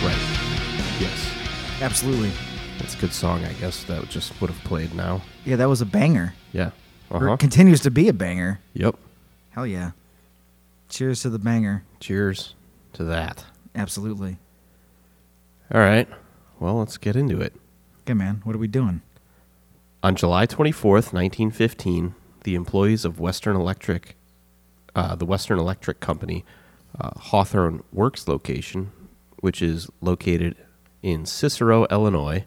Right. Yes. Absolutely. That's a good song, I guess, that just would have played now. Yeah, that was a banger. Yeah. Or Uh-huh. It continues to be a banger. Yep. Hell yeah. Cheers to the banger. Cheers to that. Absolutely. All right. Well, let's get into it. Okay, man. What are we doing? On July 24th, 1915, the employees of Western Electric, uh, the Western Electric Company, uh, Hawthorne Works location, which is located in Cicero, Illinois,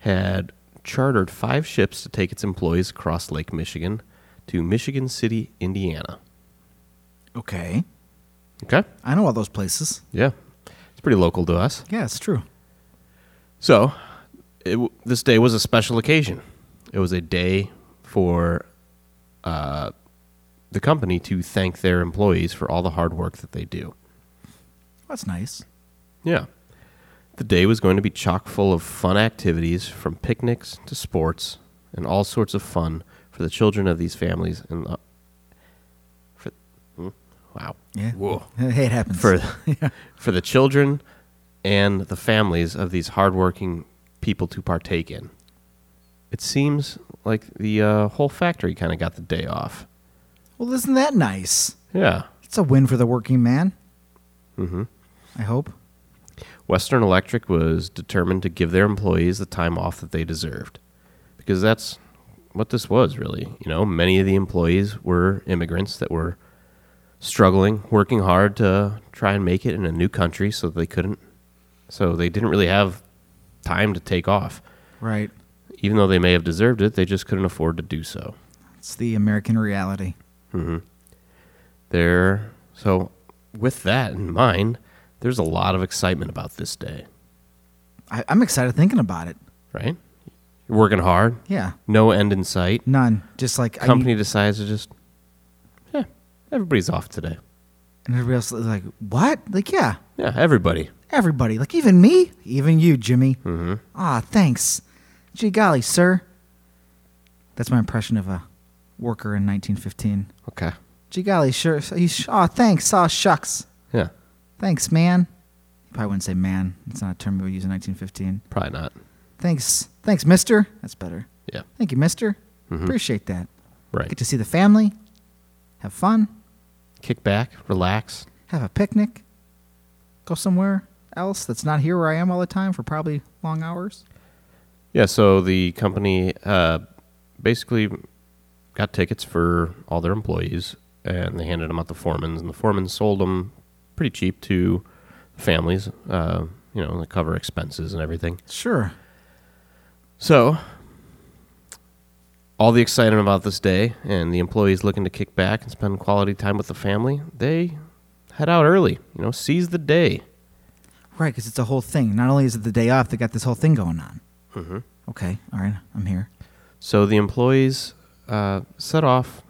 had chartered five ships to take its employees across Lake Michigan to Michigan City, Indiana. Okay. Okay? I know all those places. Yeah. It's pretty local to us. Yeah, it's true. So, it, w- this day was a special occasion. It was a day for uh, the company to thank their employees for all the hard work that they do. That's nice. Yeah. The day was going to be chock full of fun activities from picnics to sports and all sorts of fun for the children of these families and the, for, hmm, wow. Yeah. Whoa Hey, it happens. for for the children and the families of these hardworking people to partake in. It seems like the uh, whole factory kind of got the day off. well, isn't that nice? Yeah. It's a win for the working man. Mm-hmm. I hope. Western Electric was determined to give their employees the time off that they deserved because that's what this was really. You know, many of the employees were immigrants that were struggling, working hard to try and make it in a new country so they couldn't so they didn't really have time to take off. Right. even though they may have deserved it, they just couldn't afford to do so. It's the American reality. There, so with that in mind, there's a lot of excitement about this day, I, I'm excited thinking about it. right? You're working hard, Yeah. no end in sight. None. Just like I Company decides to just, yeah, everybody's off today. and everybody else is like, what? Like, yeah, Yeah, everybody. everybody. Like, even me, even you, Jimmy. Mm-hmm. Ah, thanks. Gee golly, sir. That's my impression of a worker in 1915. Okay. Gee golly, sure. He's, aw, ah, thanks. Aw, shucks. Yeah, Thanks, man. Probably wouldn't say man. It's not a term we would use in 1915. probably not. Thanks. Thanks, mister. That's better. Yeah, Thank you, mister. Appreciate that. Get right. to see the family, have fun, Kick back, relax. have a picnic, go somewhere else that's not here where I am all the time for probably long hours. Yeah, so the company uh, basically got tickets for all their employees, and they handed them out to foremans, and the foremen sold them pretty cheap to families, uh, you know, to cover expenses and everything. Sure. So, all the excitement about this day, and the employees looking to kick back and spend quality time with the family, they head out early, you know, seize the day. Right, because it's a whole thing. Not only is it the day off, they got this whole thing going on. Mm-hmm. Okay, all right, I'm here. So the employees uh, set off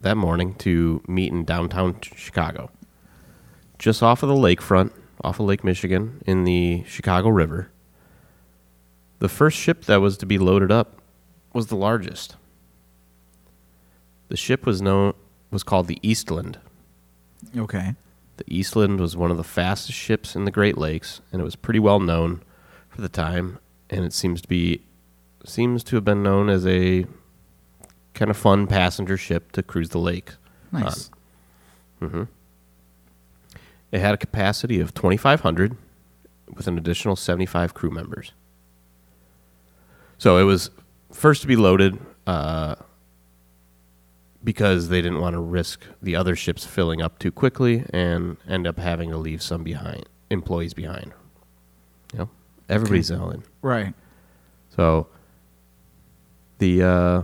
that morning to meet in downtown Ch- Chicago, just off of the lakefront, off of Lake Michigan, in the Chicago River. The first ship that was to be loaded up was the largest. The ship was known was called the Eastland. Okay. The Eastland was one of the fastest ships in the Great Lakes, and it was pretty well known for the time. And it seems to be seems to have been known as a kind of fun passenger ship to cruise the lake. Mm-hmm. Nice. It had a capacity of 2,500 with an additional 75 crew members. So it was first to be loaded uh, because they didn't want to risk the other ships filling up too quickly and end up having to leave some behind employees behind. You know, everybody's all in. Right. So the uh,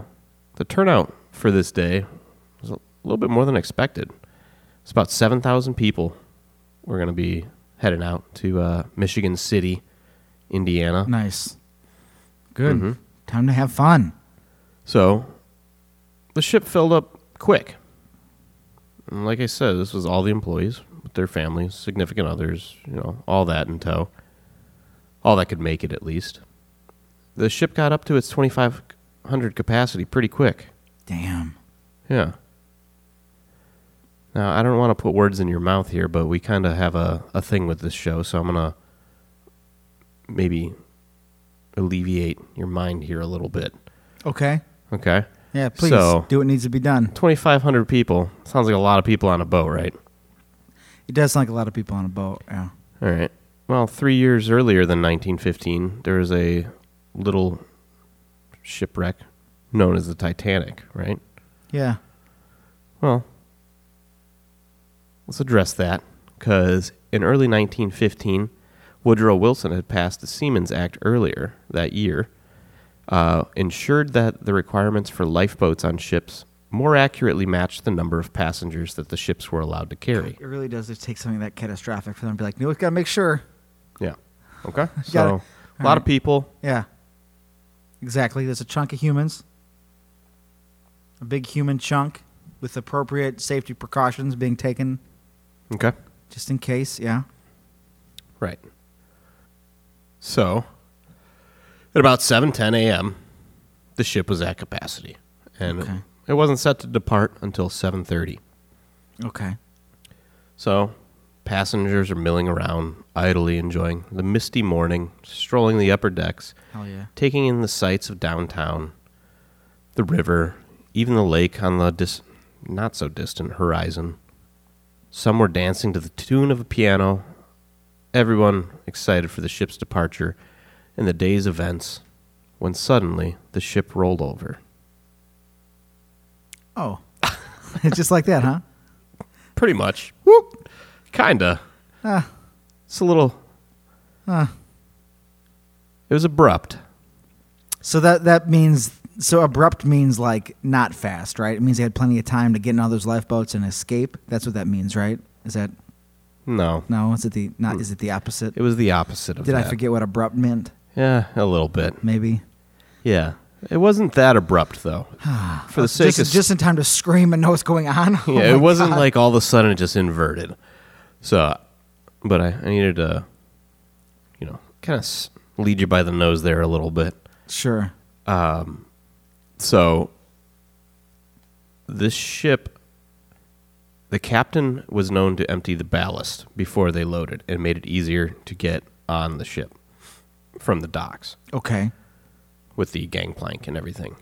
the turnout for this day was a little bit more than expected. It's about seven thousand people. We're going to be heading out to uh, Michigan City, Indiana. Nice. Good. Time to have fun. So the ship filled up quick. And like I said, this was all the employees with their families, significant others, you know, all that in tow. All that could make it at least. The ship got up to its 2500 capacity pretty quick. Damn. Yeah. Now, I don't want to put words in your mouth here, but we kind of have a, a thing with this show, so I'm going to maybe alleviate your mind here a little bit. Okay. Okay? Yeah, please So- do what needs to be done. 2,500 people. Sounds like a lot of people on a boat, right? It does sound like a lot of people on a boat. Yeah. All right. Well, three years earlier than 1915, there was a little shipwreck known as the Titanic, right? Yeah. Well, let's address that because in early 1915, Woodrow Wilson had passed the Seamen's Act earlier that year, uh, ensured that the requirements for lifeboats on ships more accurately matched the number of passengers that the ships were allowed to carry. It really does take something that catastrophic for them to be like, no, we've got to make sure. Yeah. Okay. Got it. So, a All lot of right. people. Yeah. Exactly. There's a chunk of humans, a big human chunk with appropriate safety precautions being taken Okay. just in case. Yeah. Right. So, at about 7:10 a.m., the ship was at capacity, and it- Okay. it wasn't set to depart until 7:30. Okay. So, passengers are milling around, idly enjoying the misty morning, strolling the upper decks, Hell yeah. taking in the sights of downtown, the river, even the lake on the dis- not so distant horizon. Some were dancing to the tune of a piano, everyone excited for the ship's departure and the day's events, when suddenly the ship rolled over. Oh. just like that, huh? Pretty much. Whoop! Kinda. Ah. It's a little. Ah. It was abrupt. So that that means so abrupt means like not fast, right? It means they had plenty of time to get in all those lifeboats and escape. That's what that means, right? Is that No. no? Is it the not? Is it the opposite? It was the opposite of Did that. I forget what abrupt meant? Yeah, a little bit. Maybe. Yeah. It wasn't that abrupt though. For the sake Ah, just, of just in time to scream and know what's going on. Oh yeah, my it wasn't God. like all of a sudden it just inverted. So, but I, I needed to, you know, kind of lead you by the nose there a little bit. sure. So, this ship, the captain was known to empty the ballast before they loaded and made it easier to get on the ship from the docks. Okay. with the gangplank and everything.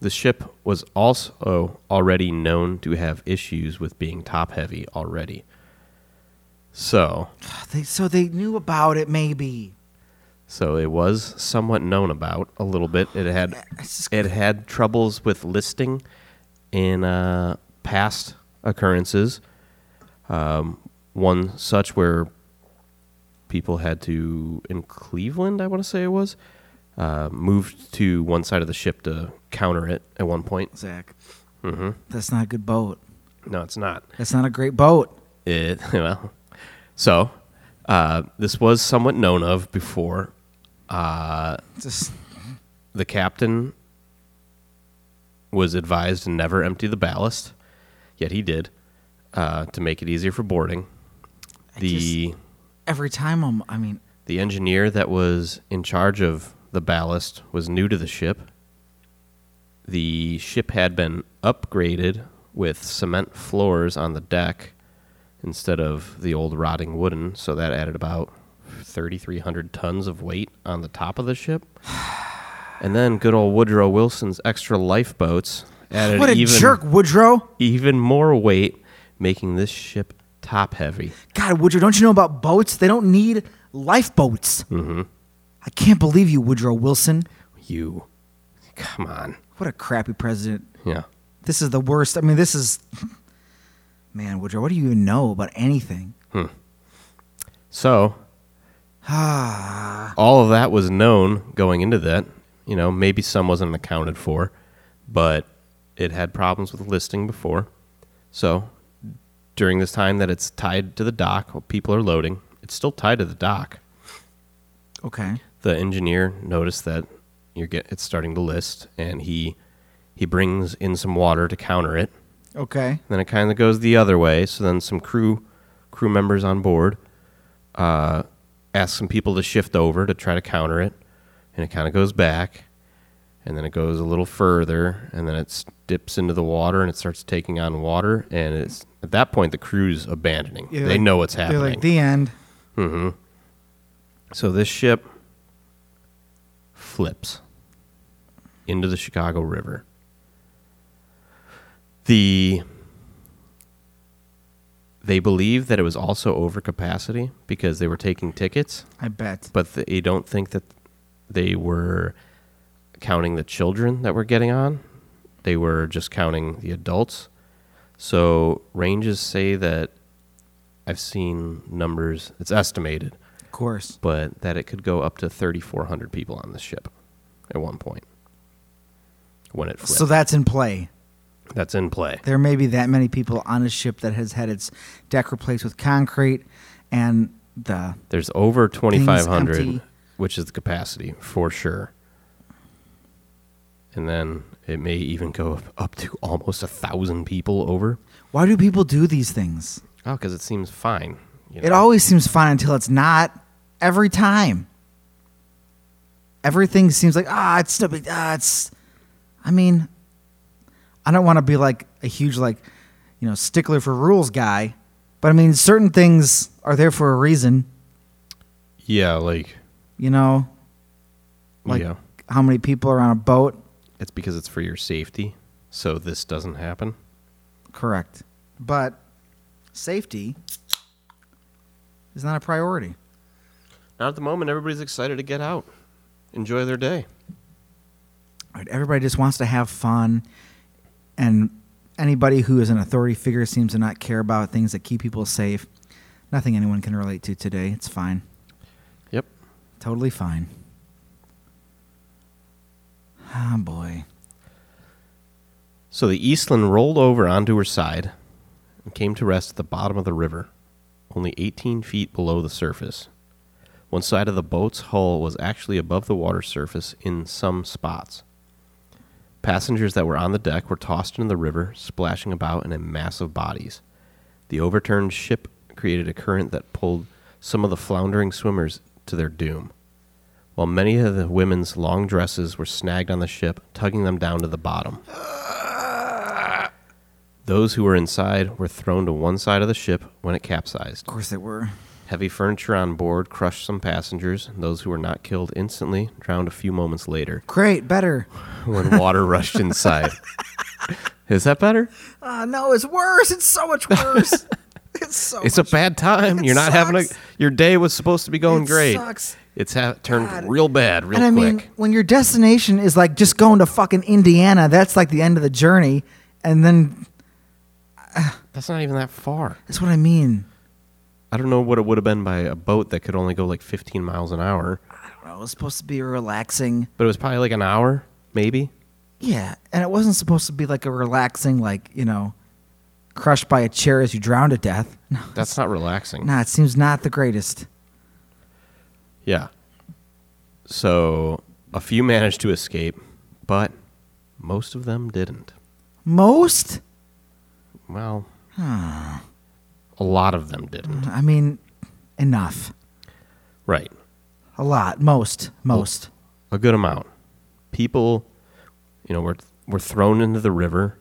The ship was also already known to have issues with being top heavy already. So, Ah, They, so they knew about it, maybe. so it was somewhat known about a little bit. It had It's just- it had troubles with listing in uh, past occurrences. Um, one such where people had to in Cleveland, I want to say it was, uh, moved to one side of the ship to counter it at one point. Zach. Mm-hmm. That's not a good boat. No, it's not. That's not a great boat. It well, so uh, this was somewhat known of before. Just The captain was advised to never empty the ballast, yet he did uh, to make it easier for boarding. I The every time I'm. I mean, the engineer that was in charge of the ballast was new to the ship. The ship had been upgraded with cement floors on the deck instead of the old rotting wooden, so that added about 3,300 tons of weight on the top of the ship. And then good old Woodrow Wilson's extra lifeboats added what a even, jerk, Woodrow. even more weight, making this ship top heavy. God, Woodrow, don't you know about boats? They don't need lifeboats. Mm-hmm. I can't believe you, Woodrow Wilson. You. Come on. What a crappy president. Yeah. This is the worst. I mean, this is. Man, Woodrow, what do you even know about anything? So, all of that was known going into that. You know, maybe some wasn't accounted for, but it had problems with listing before. So, during this time that it's tied to the dock, while people are loading, it's still tied to the dock. Okay. The engineer noticed that you're get it's starting to list, and he he brings in some water to counter it. Okay. Then it kind of goes the other way. So then some crew crew members on board uh, ask some people to shift over to try to counter it, and it kind of goes back, and then it goes a little further, and then it s- dips into the water and it starts taking on water, and it's at that point the crew's abandoning. Yeah, they like- know what's happening. They're like, the end. So this ship flips into the Chicago River. The they believe that it was also over capacity because they were taking tickets, I bet. but they don't think that they were counting the children that were getting on. They were just counting the adults. So ranges say that I've seen numbers, it's estimated Of course. but that it could go up to 3,400 people on this ship at one point when it flipped. So that's in play. That's in play. There may be that many people on a ship that has had its deck replaced with concrete and the. There's over 2,500, empty. which is the capacity for sure. And then it may even go up, up to almost a thousand people over. Why do people do these things? Oh, because it seems fine. You It always seems fine until it's not. Every time. Everything seems like ah, it's no big. Ah, it's. I mean, I don't want to be like a huge like, you know, stickler for rules guy, but I mean, certain things are there for a reason. yeah, like You know, like yeah, how many people are on a boat. it's because it's for your safety, so this doesn't happen. Correct. But safety is not a priority. Not at the moment. Everybody's excited to get out, enjoy their day. All right, everybody just wants to have fun, and anybody who is an authority figure seems to not care about things that keep people safe. Nothing anyone can relate to today. It's fine. Yep. Totally fine. Ah, boy. So the Eastland rolled over onto her side and came to rest at the bottom of the river, only 18 feet below the surface. One side of the boat's hull was actually above the water surface in some spots. Passengers that were on the deck were tossed into the river, splashing about in a mass of bodies. The overturned ship created a current that pulled some of the floundering swimmers to their doom, while many of the women's long dresses were snagged on the ship, tugging them down to the bottom. Those who were inside were thrown to one side of the ship when it capsized. Of course they were. Heavy furniture on board crushed some passengers, and those who were not killed instantly drowned a few moments later Great, better. when water rushed inside. Is that better? Ah, no, it's worse. It's so much worse. it's so It's a much bad time. Oh It You're not having a sucks. your day was supposed to be going It great. sucks. It's ha- turned God. real bad, real and I quick. mean, when your destination is like just going to fucking Indiana, that's like the end of the journey. And then That's not even that far. that's what I mean. I don't know what it would have been by a boat that could only go like 15 miles an hour, I don't know. It was supposed to be a relaxing. but it was probably like an hour, maybe. Yeah. And it wasn't supposed to be like a relaxing, like, you know, crushed by a chair as you drown to death. No. That's not relaxing. Nah, it seems not the greatest. Yeah. So a few managed to escape, but most of them didn't. Most? Well, a lot of them didn't. I mean, enough. Right. A lot. Most. Most. A good amount. People, you know, were were thrown into the river.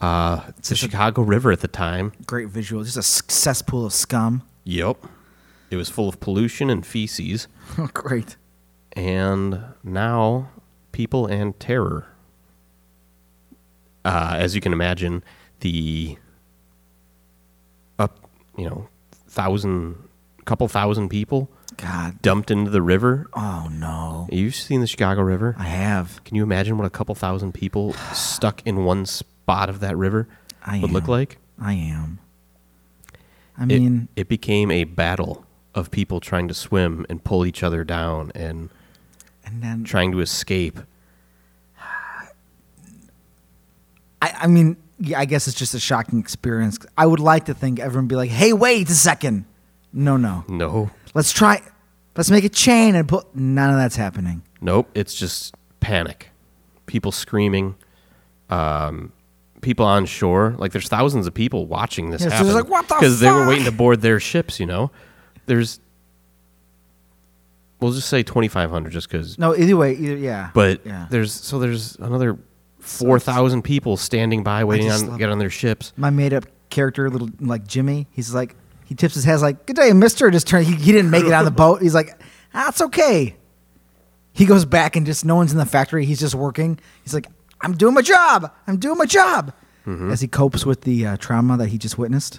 Uh, it's the Chicago River at the time. Great visual. Just a s- cesspool of scum. Yep. It was full of pollution and feces, Great. and now people and terror. Uh, as you can imagine, the up, you know, thousand, couple thousand people God. dumped into the river. Oh, no. You've seen the Chicago River. I have. Can you imagine what a couple thousand people stuck in one s- bot of that river I would look am. like. I am. I It- mean, it, became a battle of people trying to swim and pull each other down and and then trying to escape. I, I mean, yeah, I guess it's just a shocking experience. I would like to think everyone be like, "Hey, wait a second. No, no. No, Let's try. Let's make a chain and put." None of that's happening. nope. It's just panic. People screaming. Um, people on shore. Like there's thousands of people watching this Yeah, so happen. it's like, what the Because they were fuck? waiting to board their ships. You know, there's. We'll just say 2,500, just because No, either way, either yeah. But yeah. there's so there's another four thousand people standing by waiting just on to love- get on their ships. my made-up character, little like Jimmy, he's like, he tips his hat like, "Good day, Mister." Just turn. He, he didn't make it on the boat. He's like, "That's okay." He goes back and just no one's in the factory. He's just working. He's like, "I'm doing my job. I'm doing my job." As he copes with the uh, trauma that he just witnessed.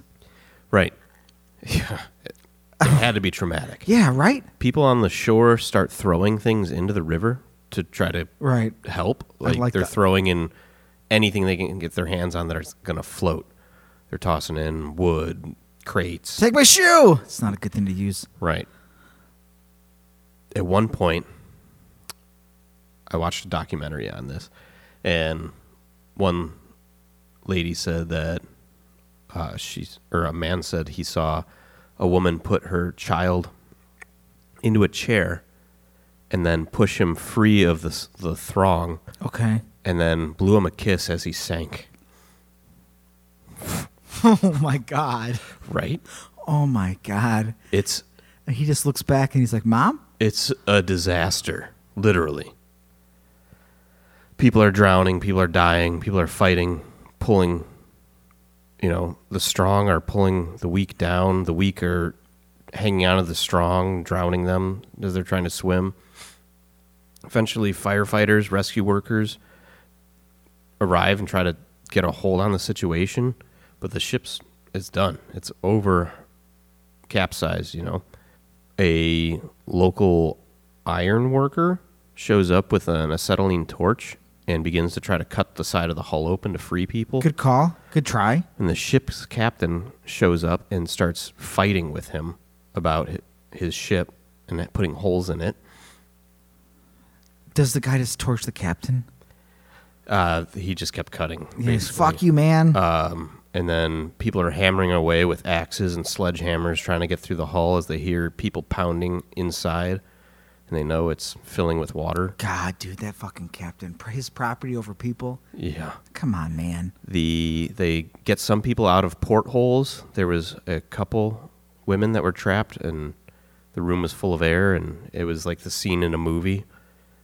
Right. Yeah. It, it had to be traumatic. Yeah. Right. People on the shore start throwing things into the river to try to Right. help. Like, like they're that. throwing in anything they can get their hands on that is gonna float. They're tossing in wood, crates. Take my shoe. It's not a good thing to use. Right. At one point, I watched a documentary on this, and one lady said that uh, she's, or a man said he saw a woman put her child into a chair and then push him free of the, s- the throng Okay. and then blew him a kiss as he sank. oh my god. Right? Oh my god. It's, And he just looks back and he's like, "Mom." it's a disaster, literally. People are drowning, people are dying, people are fighting, pulling, you know, the strong are pulling the weak down, the weak are hanging out of the strong, drowning them as they're trying to swim. Eventually, firefighters, rescue workers arrive and try to get a hold on the situation, but the ship's it's done. It's over capsized, you know a local iron worker shows up with an acetylene torch and begins to try to cut the side of the hull open to free people. Good call. Good try. And the ship's captain shows up and starts fighting with him about hi- his ship and that- putting holes in it. Does the guy just torch the captain? Uh, he just kept cutting. Yes. basically. Fuck you, man. Um, and then people are hammering away with axes and sledgehammers trying to get through the hull as they hear people pounding inside and they know it's filling with water. God, dude, that fucking captain. Pr- His property over people. Yeah. Come on, man. the they get some people out of portholes. There was a couple women that were trapped, and the room was full of air, and it was like the scene in a movie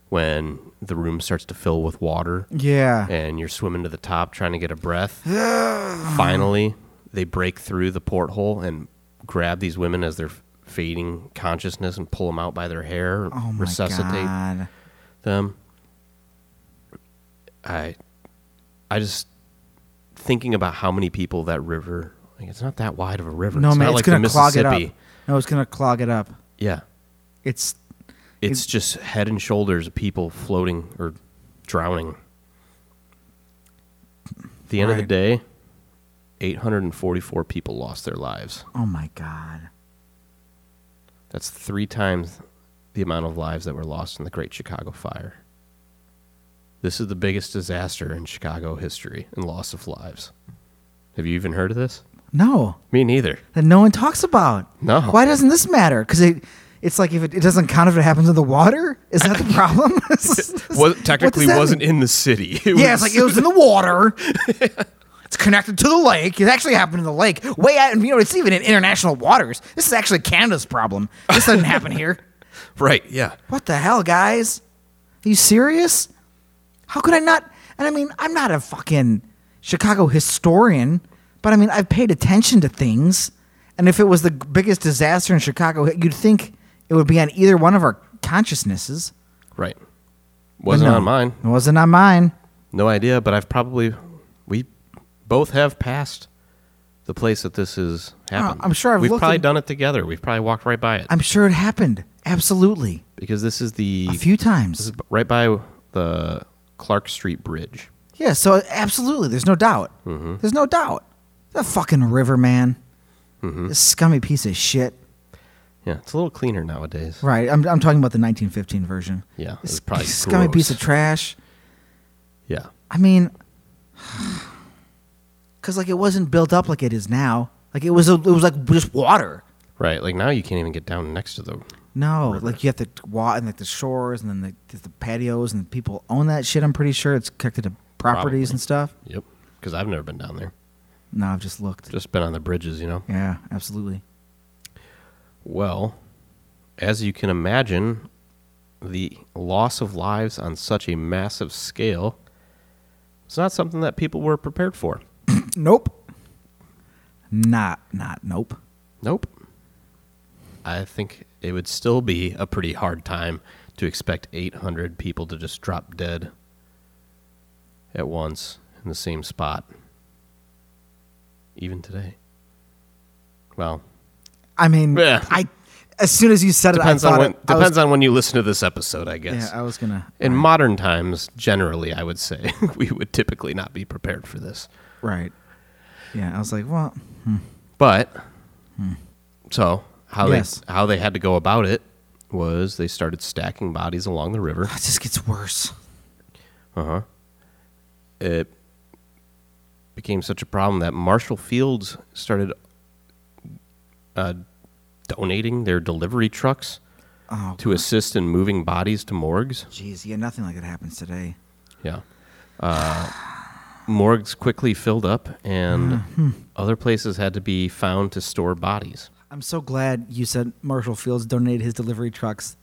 when the room starts to fill with water, Yeah. and you're swimming to the top trying to get a breath. Oh Finally, they break through the porthole and grab these women as they're fading consciousness and pull them out by their hair, Oh my resuscitate god. them. I, I just thinking about how many people that river. Like it's not that wide of a river. No it's man, not it's like the gonna clog it Mississippi. up. No, it's gonna clog it up. Yeah, It's it's just head and shoulders of people floating or drowning. At the end of the Right. day, 844 people lost their lives. oh my god. That's three times the amount of lives that were lost in the Great Chicago Fire. This is the biggest disaster in Chicago history and loss of lives. Have you even heard of this? No. Me neither. That no one talks about. No. Why doesn't this matter? Because it it's like if it, it doesn't count if it happens in the water, is that the problem? Well, What does technically that wasn't mean? in the city. It Yeah, was- it's like it was in the water. it's connected to the lake. It actually happened in the lake. Way out, and you know, it's even in international waters. This is actually Canada's problem. This doesn't happen here. right. Yeah. What the hell, guys? Are you serious? How could I not? And I mean, I'm not a fucking Chicago historian, but I mean, I've paid attention to things. And if it was the biggest disaster in Chicago, you'd think it would be on either one of our consciousnesses. Right. But Wasn't no. on mine. It wasn't on mine. No idea, but I've probably we both have passed the place that this is happened. Uh, I'm sure I've We've looked probably and- done it together. We've probably walked right by it I'm sure it happened. Absolutely. because this is the A few This times. is right by the Clark Street Bridge. Yeah, so absolutely, there's no doubt. Mm-hmm. There's no doubt. The fucking river man, Mm-hmm. this scummy piece of shit. Yeah, it's a little cleaner nowadays. Right, I'm I'm talking about the 1915 version. Yeah, it This was probably scummy piece gross. of trash. Yeah. I mean, because like it wasn't built up like it is now. Like it was a, it was like just water. Right. Like now you can't even get down next to the No, like you have to walk and like the shores and then the, there's the patios and people own that shit. I'm pretty sure it's connected to properties Probably. and stuff. Yep. Because I've never been down there. No, I've just looked. Just been on the bridges, you know. yeah, absolutely. Well, as you can imagine, the loss of lives on such a massive scale is not something that people were prepared for. Nope. Not not nope. Nope. I think it would still be a pretty hard time to expect 800 people to just drop dead at once in the same spot. Even today. Well, I mean, Yeah. I as soon as you said depends it, I on thought when it, I was- depends on when you listen to this episode, I guess. Yeah, I was gonna. In modern times, generally, I would say we would typically not be prepared for this. Right. Yeah, I was like, well, But so how Hmm. Yes. they how they had to go about it was they started stacking bodies along the river. it just gets worse. It became such a problem that Marshall Fields started uh, donating their delivery trucks Oh, to assist in moving bodies to morgues. jeez, yeah, nothing like it happens today. Yeah. Uh, morgues quickly filled up, and Hmm, other places had to be found to store bodies. I'm so glad you said Marshall Fields donated his delivery trucks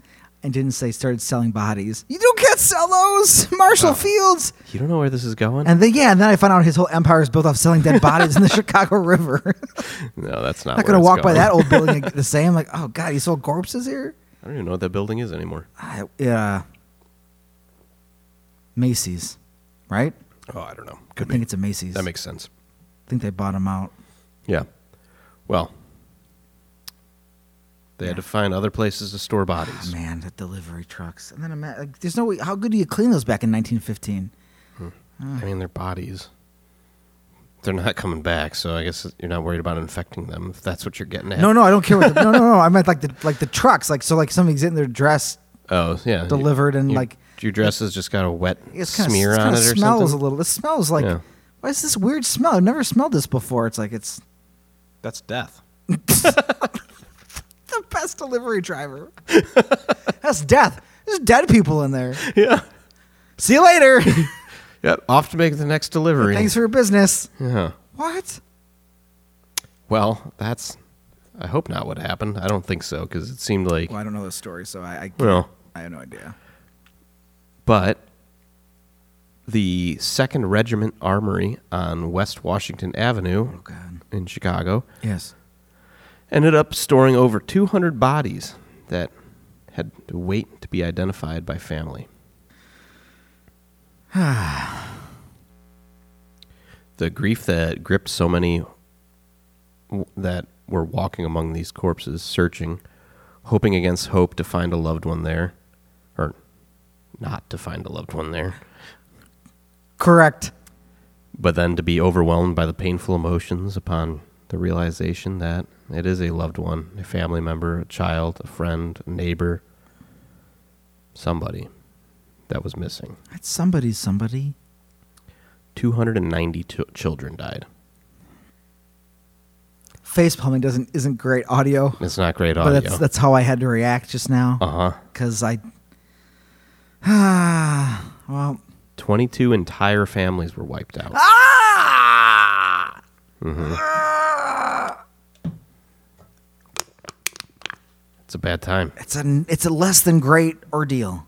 and didn't say started selling bodies. You don't can't sell those, Marshall Fields. You don't know where this is going? And then yeah, and then I found out his whole empire is built off selling dead bodies in the Chicago River. no, that's not. I'm not where gonna it's walk by going. that old building the same. Like, oh god, he sold corpses here. I don't even know what that building is anymore. I, yeah, Macy's, right? Oh, I don't know. I think it's a Macy's. That makes sense. I think they bought him out. Yeah. Well, they had to find other places to store bodies. Man, the delivery trucks. And then I'm at, like, there's no way. How good do you clean those back in 1915? Ah, I mean, they're bodies. They're not coming back, so I guess you're not worried about infecting them if that's what you're getting at. No, no, I don't care. What the, no, no, no. I meant like the like the trucks. Like so, like somebody's in their dress. Oh, yeah. you- Delivered and, your- like- your dress has just got a wet It's kind smear of on it or smells something. a little. It smells like. Yeah. Why is this weird smell? I've never smelled this before. It's like it's That's death. the best delivery driver. That's death. There's dead people in there. Yeah. See you later. Yep. Off to make the next delivery. Thanks for your business. yeah. What? Well, that's. I hope not what happened. I don't think so because it seemed like. Well, I don't know the story, so I I, Well, I have no idea. but the Second Regiment Armory on West Washington Avenue God. in Chicago Yes. ended up storing over 200 bodies that had to wait to be identified by family. the grief that gripped so many w- that were walking among these corpses, searching, hoping against hope to find a loved one there, or not to find a loved one there, Correct. but then to be overwhelmed by the painful emotions upon the realization that it is a loved one, a family member, a child, a friend, a neighbor, somebody that was missing. That's somebody's somebody. 290 t- children died. Face palming doesn't isn't great audio, It's not great but audio. that's that's how I had to react just now. uh huh. because I. Ah, well, 22 entire families were wiped out. Ah! Ah! It's a bad time. it's a it's a less than great ordeal.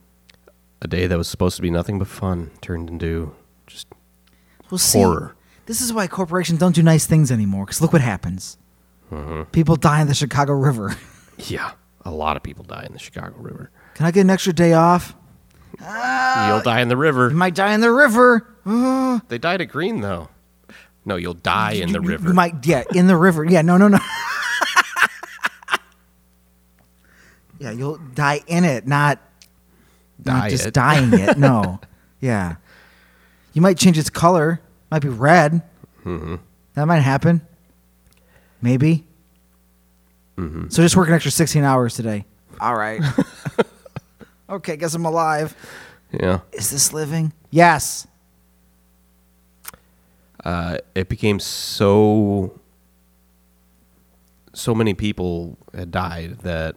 A day that was supposed to be nothing but fun turned into just We'll see. Horror. This is why corporations don't do nice things anymore. Because look what happens. Mm-hmm. People die in the Chicago River. yeah, a lot of people die in the Chicago River. Can I get an extra day off? Ah! You'll die in the river. I might die in the river. Ah. They died at Green though. No, you'll die in the You- you- river. You might, yeah, in the river. Yeah, no, no, no. yeah, you'll die in it, not Die not just it. dying it. No. yeah. You might change its color. Might be red. Mm-hmm. That might happen. Maybe. Mm-hmm. So just work an extra 16 hours today. All right. okay, guess I'm alive. Yeah. Is this living? Yes. uh, it became so so many people had died that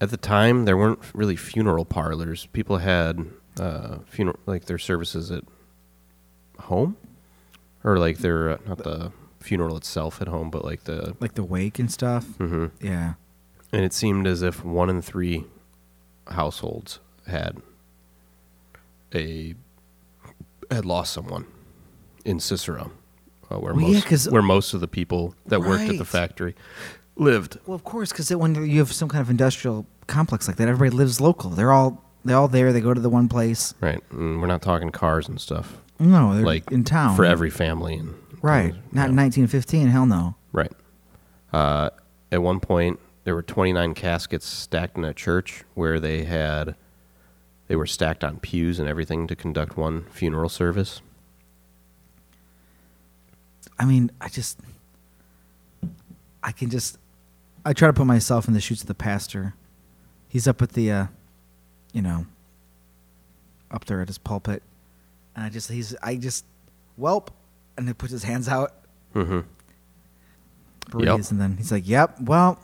at the time there weren't really funeral parlors. People had uh, funeral like their services at home, or like their uh, not the funeral itself at home, but like the Like the wake and stuff. Mm-hmm. Yeah. and it seemed as if one in three households had a had lost someone in Cicero, uh, where Well, yeah, most 'cause- where most of the people that worked at the Right. factory lived. Well, of course, because when you have some kind of industrial complex like that, everybody lives local. They're all they're all there. They go to the one place. Right, and we're not talking cars and stuff No, they're like in town for every family. And Right. Not in 1915. Hell no. Right. Uh, at one point, there were 29 caskets stacked in a church where they had, they were stacked on pews and everything to conduct one funeral service. I mean, I just, I can just, I try to put myself in the shoes of the pastor. He's up at the, uh, you know, up there at his pulpit, and I just, he's, I just, welp, and he puts his hands out, Mm-hmm. breathes, and then he's like, "Yep, well,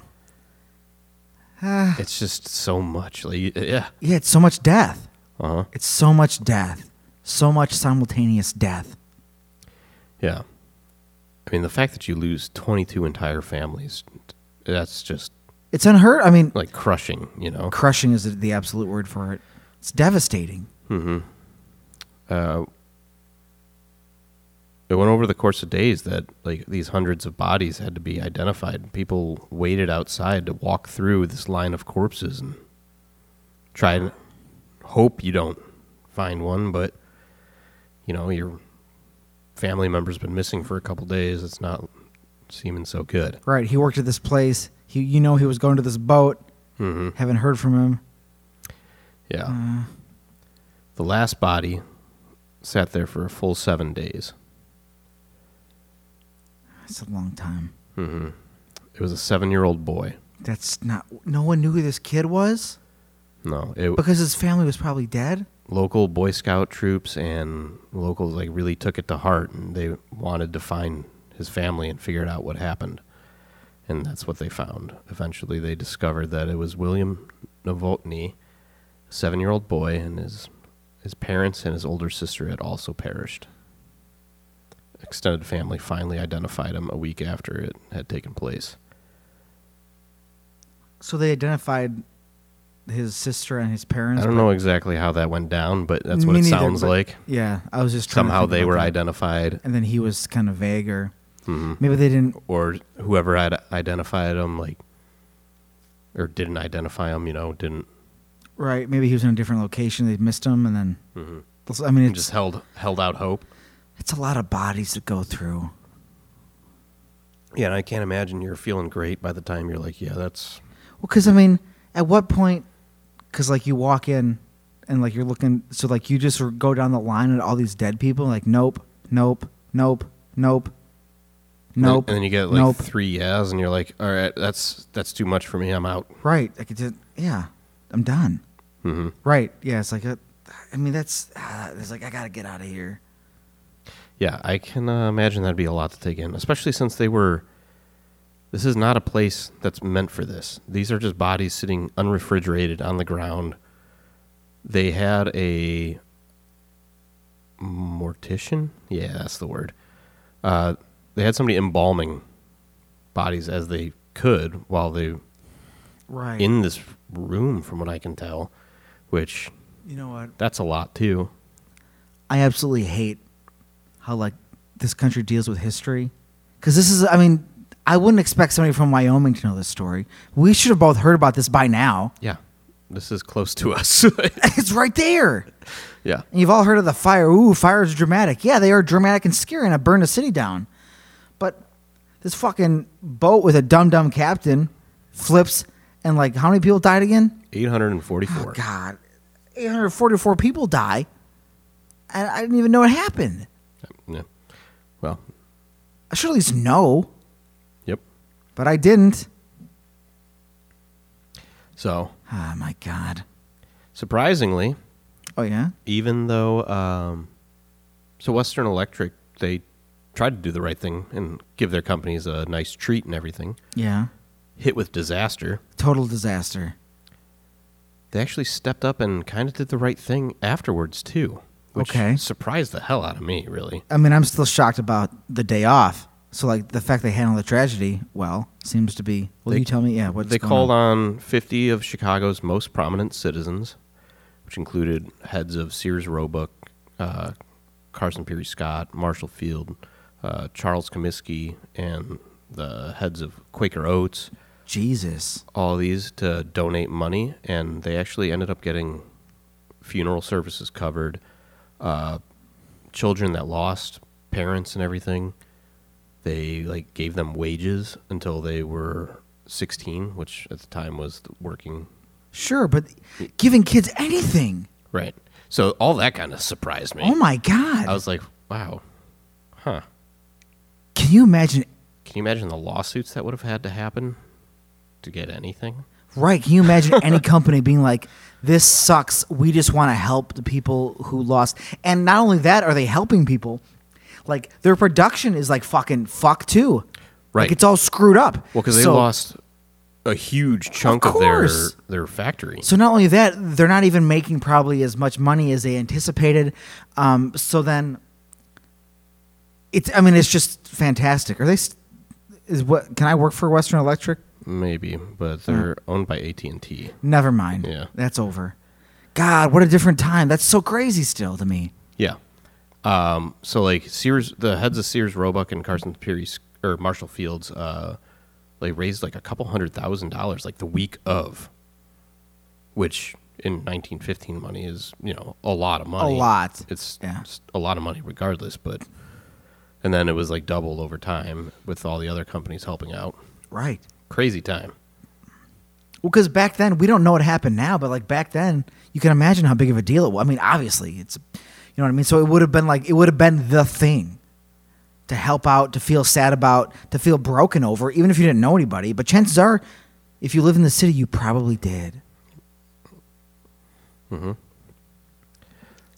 ah, It's just so much. Like, yeah. yeah, it's so much death. Uh huh. It's so much death, so much simultaneous death. Yeah. I mean, the fact that you lose 22 entire families, that's just It's unheard. I mean, like crushing, you know? crushing is the- the absolute word for it. It's devastating. Uh, it went over the course of days that like these hundreds of bodies had to be identified. People waited outside to walk through this line of corpses and try and hope you don't find one, but you know, your family member's been missing for a couple days. It's not seeming so good. Right. He worked at this place. He, you know, he was going to this boat. Mm-hmm. Haven't heard from him. Yeah. the last body sat there for a full seven days. That's a long time. It was a seven year old boy. That's not. No one knew who this kid was No, it, because his family was probably dead. local Boy Scout troops and locals like really took it to heart, and they wanted to find his family and figure out what happened. And that's what they found. Eventually, they discovered that it was William Novotny, a seven-year-old boy, and his his parents and his older sister had also perished. Extended family finally identified him a week after it had taken place. So they identified his sister and his parents. I don't but- know exactly how that went down, but that's what Me it neither, sounds but- like. Yeah, I was just trying to Somehow think they about were that. identified. Mm-hmm. And then he was kind of vague, or maybe they didn't. or whoever had identified him, like, or didn't identify him, you know, didn't Right. Maybe he was in a different location. They missed him, and then. I mean, and it's Mm-hmm. just held held out hope. it's a lot of bodies to go through. Yeah, and I can't imagine you're feeling great by the time you're like, yeah, that's Well, because I mean, at what point? Because like you walk in, and like you're looking, so like you just go down the line at all these dead people. Like nope, nope, nope, nope, nope. And then you get like nope. three yes, and you're like, all right, that's that's too much for me. I'm out. Right. Like it just yeah, I'm done. Mm-hmm. Right. Yeah. It's like a, I mean that's uh, it's like I gotta get out of here. Yeah, I can uh, imagine that'd be a lot to take in, especially since they were. This is not a place that's meant for this. These are just bodies sitting unrefrigerated on the ground. They had a mortician? Yeah, that's the word. Uh, they had somebody embalming bodies as they could while they Right. in this room, from what I can tell, which you know what? that's a lot too. I absolutely hate how like this country deals with history. Because this is, I mean, I wouldn't expect somebody from Wyoming to know this story. We should have both heard about this by now. Yeah, this is close to us. it's right there. yeah. And you've all heard of the fire. Ooh, fires are dramatic. Yeah, they are dramatic and scary, and I burned a city down. But this fucking boat with a dumb dumb captain flips, and like, how many people died again? 844. God, 844 people die. I, I didn't even know it happened. Yeah. Well, I should at least know, yep. but I didn't. So, Oh my god. surprisingly, Oh yeah. even though um, so Western Electric they tried to do the right thing and give their companies a nice treat and everything, Yeah. hit with disaster, Total disaster. they actually stepped up and kind of did the right thing afterwards too, which Okay. surprised the hell out of me. Really, I mean, I'm still shocked about the day off. So like the fact they handled the tragedy well seems to be. Well, They- you tell me. Yeah. What's they going called on? on 50 of Chicago's most prominent citizens, which included heads of Sears Roebuck, uh, Carson Peary Scott, Marshall Field, uh, Charles Comiskey, and the heads of Quaker Oats. Jesus. all these to donate money, and they actually ended up getting funeral services covered, uh, children that lost parents and everything. They like gave them wages until they were 16, which at the time was the working. Sure, but giving kids anything. Right. So all that kind of surprised me. Oh my god. I was like, wow, huh? Can you imagine? Can you imagine the lawsuits that would have had to happen to get anything? Right? Can you imagine any company being like, "This sucks. We just want to help the people who lost." And not only that, are they helping people? Like their production is like fucking fuck too. Right. Like it's all screwed up. Well, because they So- lost a huge chunk of, their course. their factory. So not only that, they're not even making probably as much money as they anticipated. Um, so then, it's. I mean, it's just fantastic. Are they? s- Is what? Can I work for Western Electric? Maybe, but Hmm. they're owned by AT and T. Never mind. Yeah. that's over. God, what a different time. That's so crazy still to me. Yeah. Um, so like Sears, the heads of Sears, Roebuck, and Carson Peary S- or Marshall Fields, uh, they raised like a couple hundred thousand dollars like the week of, which in 1915 money is you know a lot of money. lot. It's Yeah. it's a lot of money regardless, but. And then it was like doubled over time with all the other companies helping out. Right. Crazy time. Well, because back then we don't know what happened now, but like back then, you can imagine how big of a deal it was. I mean, obviously, it's you know what I mean. So it would have been like it would have been the thing to help out, to feel sad about, to feel broken over, even if you didn't know anybody. But chances are, if you live in the city, you probably did.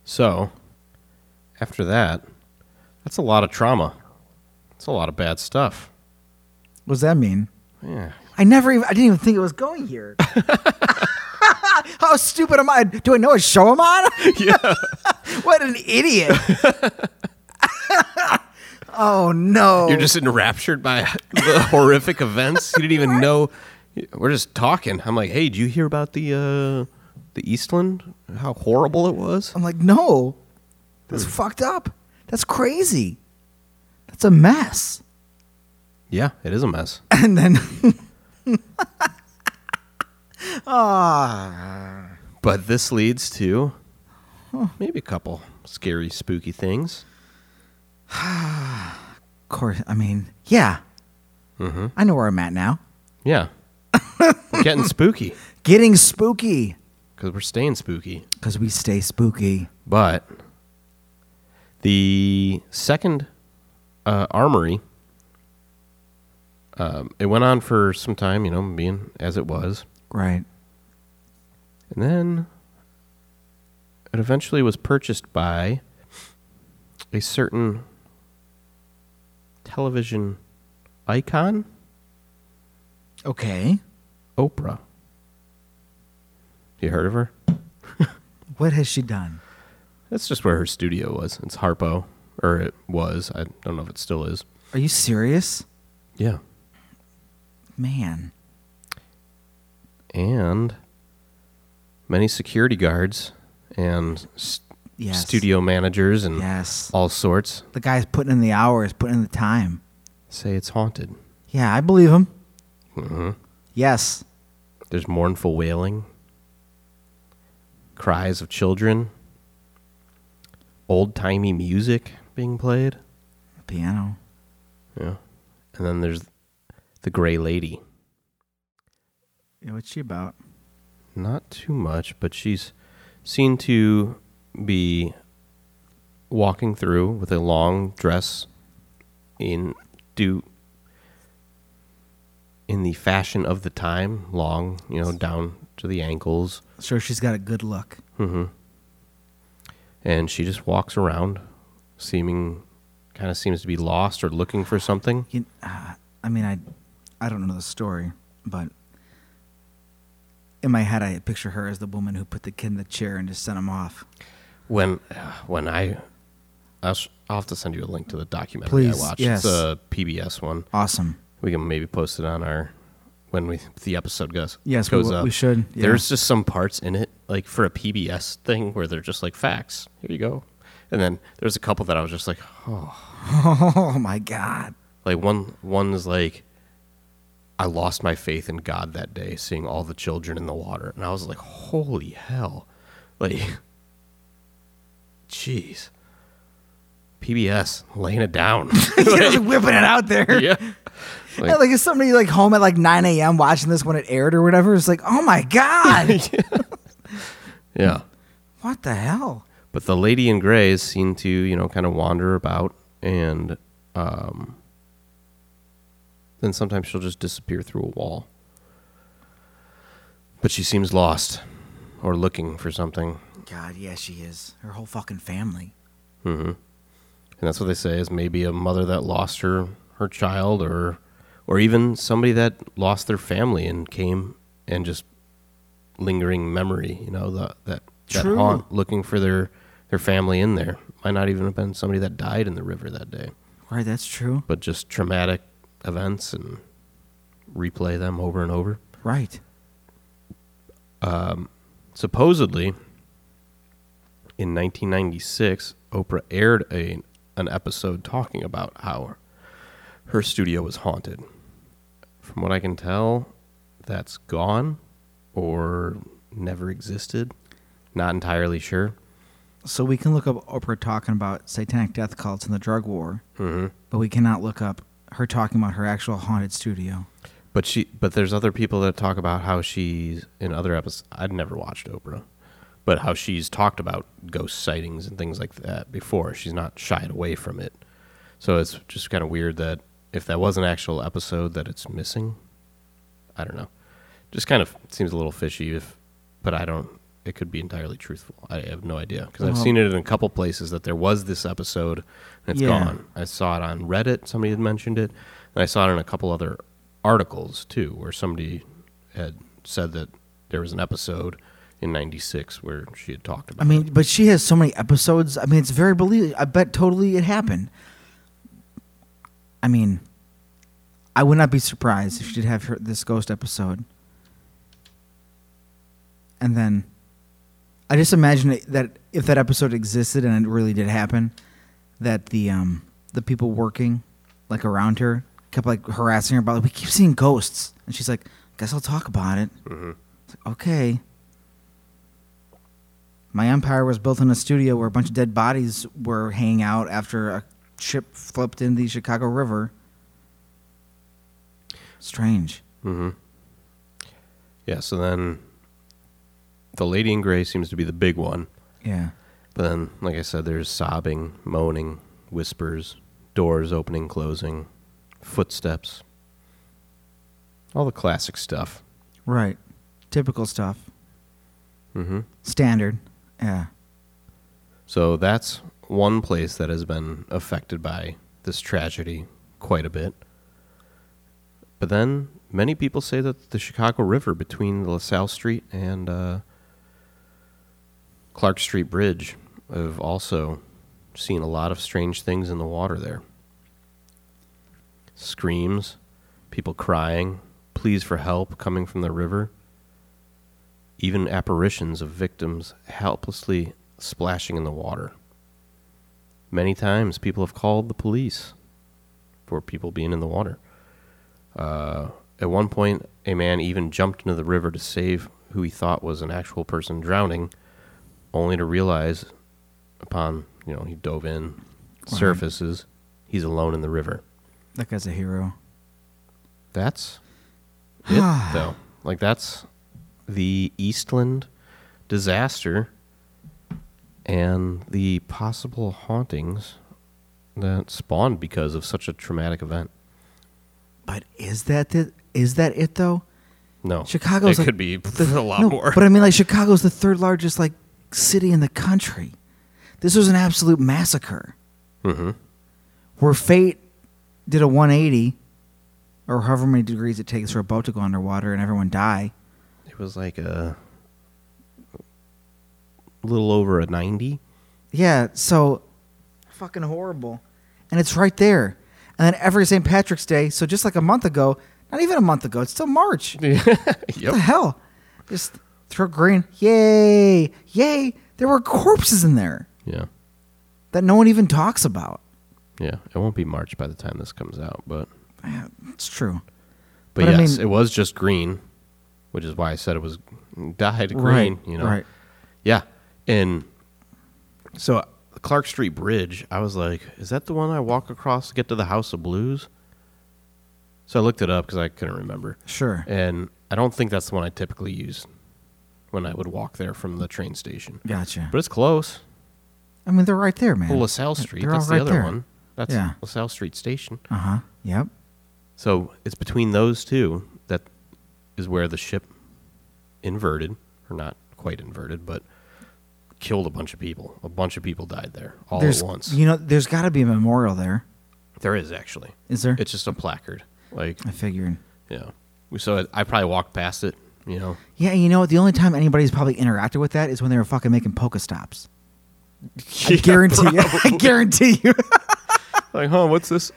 So, after that, that's a lot of trauma. It's a lot of bad stuff. What does that mean? Yeah. I never even I didn't even think it was going here. How stupid am I? Do I know what show I'm on? yeah. what an idiot. oh no. You're just enraptured by the horrific events. You didn't even know. We're just talking. I'm like, hey, did you hear about the uh, the Eastland? How horrible it was. I'm like, no, that's fucked up. That's crazy. That's a mess. Yeah, it is a mess. And then, But this leads to maybe a couple scary, spooky things. of course, I mean, yeah, I know where I'm at now. Yeah, we're getting spooky Getting spooky because we're staying spooky. because we stay spooky. But the second uh, armory, um, it went on for some time, you know, being as it was. Right. And then it eventually was purchased by a certain television icon, Okay. Oprah. You heard of her? What has she done? That's just where her studio was. It's Harpo, or it was. I don't know if it still is. Are you serious? Yeah. Man. and many security guards and s Yes. studio managers and Yes. all sorts The guy's putting in the hours, putting in the time. say it's haunted. Mm-hmm. Yeah, I believe him. Yes. There's mournful wailing, cries of children, old timey music being played. Piano. Yeah. And then there's the Gray Lady. Yeah, what's she about? Not too much, but she's seen to be walking through with a long dress in do in the fashion of the time, long, you know, down to the ankles, Mm-hmm. Sure, she's got a good look. and she just walks around seeming kind of seems to be lost or looking for something. You, uh, I mean, I, I don't know the story, but in my head, I picture her as the woman who put the kid in the chair and just sent him off. When uh, when I I'll, s- I'll have to send you a link to the documentary Please, I watched. yes. It's a PBS one. Awesome. We can maybe post it on our when we the episode goes. Yes, we goes w- up. we should, yeah. There's just some parts in it, like for a PBS thing, where they're just like facts. Here you go. And then there's a couple that I was just like, Oh my God. like one one's like, I lost my faith in God that day, seeing all the children in the water, and I was like, holy hell, like, jeez. PBS laying it down. You're just whipping it out there. yeah. Yeah, Like, is somebody like home at like 9 a.m. watching this when it aired or whatever? It's like, oh my God. Yeah. what the hell? But the lady in gray is seen to, you know, kind of wander about and um, then sometimes she'll just disappear through a wall. But she seems lost or looking for something. God, yeah, she is. Her whole fucking family. And that's what they say is maybe a mother that lost her her child or or even somebody that lost their family and came and just lingering memory, you know, the, that that True. haunt looking for their their family in there. Might not even have been somebody that died in the river that day. Right, that's true. but just traumatic events and replay them over and over. Right. Supposedly, in 1996, Oprah aired a, an episode talking about how her studio was haunted. From what I can tell, that's gone or never existed. Not entirely sure. So we can look up Oprah talking about satanic death cults and the drug war, but we cannot look up her talking about her actual haunted studio. But she, but there's other people that talk about how she's in other episodes. I'd never watched Oprah, but how she's talked about ghost sightings and things like that before. She's not shied away from it. So it's just kind of weird that if that was an actual episode that it's missing. I don't know. Just kind of seems a little fishy. If, but I don't. It could be entirely truthful. I have no idea because I've Well- seen it in a couple places that there was this episode and it's Yeah. gone. I saw it on Reddit. Somebody had mentioned it, and I saw it in a couple other articles too, where somebody had said that there was an episode in '96 where she had talked I about. mean, but she has so many episodes. I mean, it's very believable. I bet totally it happened. I mean, I would not be surprised if she did have her, this ghost episode. And then I just imagine it- that if that episode existed and it really did happen, that the um, the people working like around her kept like harassing her about like, we keep seeing ghosts, and she's like, "Guess I'll talk about it." It's like, okay. My empire was built in a studio where a bunch of dead bodies were hanging out after a ship flipped in the Chicago River. Strange. Mm-hmm. Yeah. So then, the Lady in Gray seems to be the big one. Yeah. But then, like I said, there's sobbing, moaning, whispers, doors opening, closing, footsteps, all the classic stuff. Right. Typical stuff. hmm Standard. Yeah. So that's one place that has been affected by this tragedy quite a bit. But then many people say that the Chicago River between the LaSalle Street and uh, Clark Street Bridge have also seen a lot of strange things in the water there. Screams, people crying, pleas for help coming from the river even apparitions of victims helplessly splashing in the water. Many times, people have called the police for people being in the water. Uh, at one point, a man even jumped into the river to save who he thought was an actual person drowning, only to realize, upon you know, he dove in, surfaces, he's alone in the river. That guy's a hero. That's it, though. Like that's the Eastland disaster, and the possible hauntings that spawned because of such a traumatic event. But is that the, is that it though? No, Chicago's it like could be the- a lot no, more. But I mean, like Chicago's the third largest like city in the country. This was an absolute massacre hmm where fate did a 180, or however many degrees it takes for a boat to go underwater and everyone die. It was like a little over a ninety. Yeah, so fucking horrible. And it's right there. And then every St. Patrick's Day, so just like a month ago, not even a month ago, it's still March. What the yep. hell? Just throw green. Yay! Yay! There were corpses in there Yeah. that no one even talks about. Yeah. It won't be March by the time this comes out, but Yeah, It's true. but, But I yes, mean- it was just green, which is why I said it was dyed green. you know. Right. Yeah. And so the Clark Street Bridge, I was like, is that the one I walk across to get to the House of Blues? So I looked it up because I couldn't remember. Sure. And I don't think that's the one I typically use when I would walk there from the train station. Gotcha. But it's close. I mean, they're right there, man. Well, LaSalle Street, They're that's all the right other there. one. That's Yeah. LaSalle Street Station. Uh huh. Yep. So it's between those two that is where the ship inverted, or not quite inverted, but killed a bunch of people. A bunch of people died there all there's, at once. You know, there's got to be a memorial there. there is actually. Is there? It's just a placard. Like, I figured. you know. So I- I probably walked past it, you know. Yeah, you know, the only time anybody's probably interacted with that is when they were fucking making polka stops. I guarantee you. I guarantee you. Like, huh, what's this?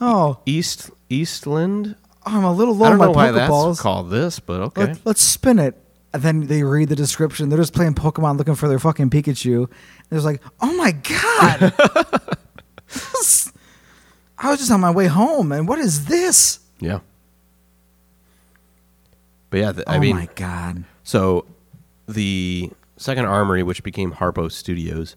oh, East Eastland? I'm a little low on I don't my know why polka that's balls. called this, but okay. Let, let's spin it. And then they read the description. They're just playing Pokemon looking for their fucking Pikachu. And it's like, oh my God. This- I was just on my way home. And what is this? Yeah. But yeah, th- I oh mean, my God. So the second armory, which became Harpo Studios,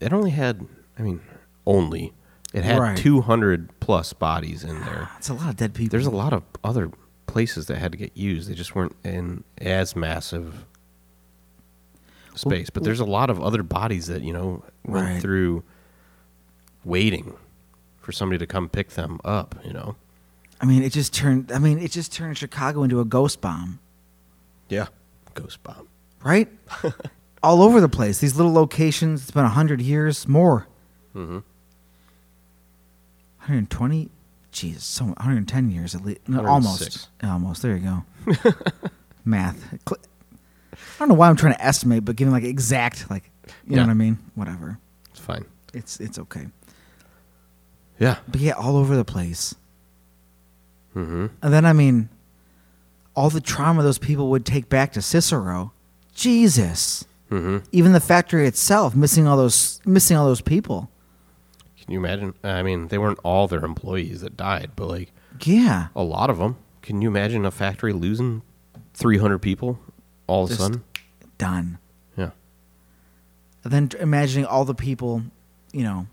it only had, I mean, only, it had Right. 200 plus bodies in there. It's a lot of dead people. There's a lot of other places that had to get used. They just weren't in as massive space. But there's a lot of other bodies that, you know, went Right. through waiting for somebody to come pick them up, you know? I mean, it just turned. I mean, it just turned Chicago into a ghost bomb, Yeah. Ghost bomb. right? All over the place. These little locations. It's been hundred years more. Mhm. Hundred and twenty. Jesus, so one hundred and ten years at least. No, 106. almost. Almost. There you go. Math. Cl- I don't know why I'm trying to estimate, but giving like exact, like you know Yeah. what I mean. Whatever. It's fine. It's it's okay. Yeah. But yeah, all over the place. Mm-hmm. And then, I mean, all the trauma those people would take back to Cicero, Jesus. Mm-hmm. Even the factory itself, missing all those, missing all those people. Can you imagine? I mean, they weren't all their employees that died, but like Yeah, a lot of them. Can you imagine a factory losing 300 people all of a Just- sudden? done. Yeah. And then t- imagining all the people, you know,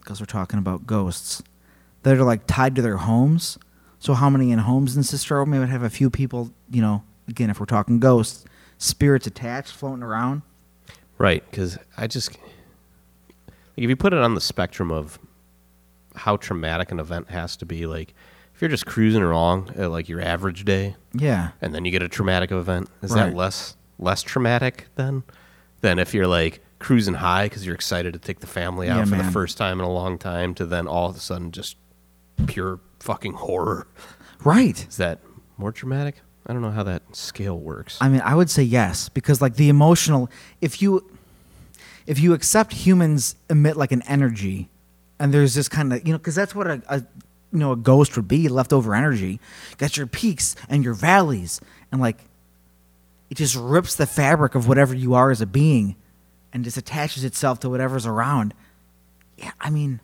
because we're talking about ghosts, that are like tied to their homes. So how many in homes in Cicero? Maybe would have a few people, you know. Again, if we're talking ghosts, spirits attached, floating around. Right. Because I just, like, if you put it on the spectrum of how traumatic an event has to be, like, if you're just cruising along at like your average day Yeah, and then you get a traumatic event, is Right. that less less traumatic then than if you're like cruising high because you're excited to take the family out Yeah, for man. the first time in a long time to then all of a sudden just pure fucking horror? right. Is that more traumatic? I don't know how that scale works. I mean, I would say yes because like the emotional if you if you accept humans emit like an energy and there's this kind of you know because that's what a, a you know a ghost would be leftover energy got your peaks and your valleys and like it just rips the fabric of whatever you are as a being and just attaches itself to whatever's around yeah i mean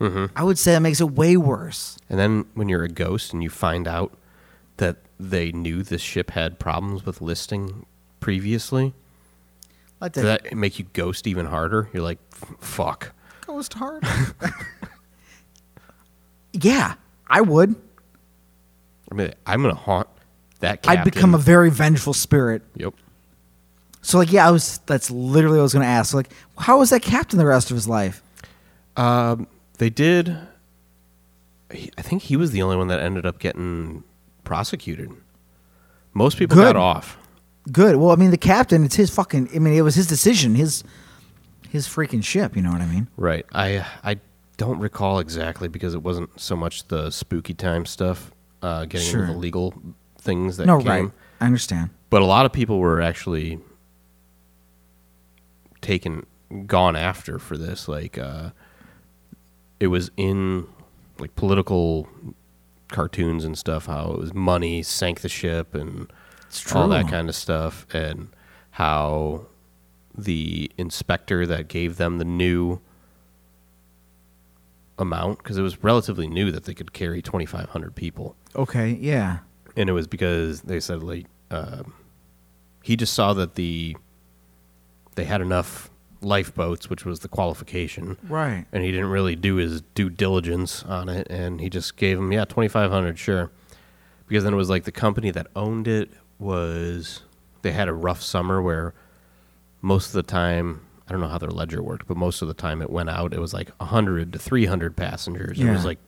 i would say that makes it way worse and then when you're a ghost and you find out that they knew this ship had problems with listing previously, like does that make you ghost even harder? You're like, "F- fuck. Ghost hard. yeah, I would. I mean, I'm gonna haunt that. I'd become a captain. very vengeful spirit. Yep. So like, yeah, I was. That's literally what I was going to ask. Like, how was that captain the rest of his life? Um, they did. he- I think he was the only one that ended up getting prosecuted. Most people Good. got off. Good. Well, I mean, the captain. It's his fucking. I mean, it was his decision. His his freaking ship. You know what I mean? Right. I I don't recall exactly because it wasn't so much the spooky time stuff, uh, getting Sure. into the legal things that no, came. right. I understand. But a lot of people were actually taken, gone after for this. Like, uh, it was in like political cartoons and stuff. How it was money sank the ship and It's true. all that kind of stuff, and how the inspector that gave them the new amount because it was relatively new that they could carry 2,500 people Okay. Yeah. and it was because they said like um he just saw that the they had enough lifeboats, which was the qualification, Right. and he didn't really do his due diligence on it, and he just gave him yeah twenty five hundred sure, because then it was like the company that owned it was they had a rough summer where most of the time. I don't know how their ledger worked, but most of the time it went out. It was like 100 to 300 passengers. It was Yeah. like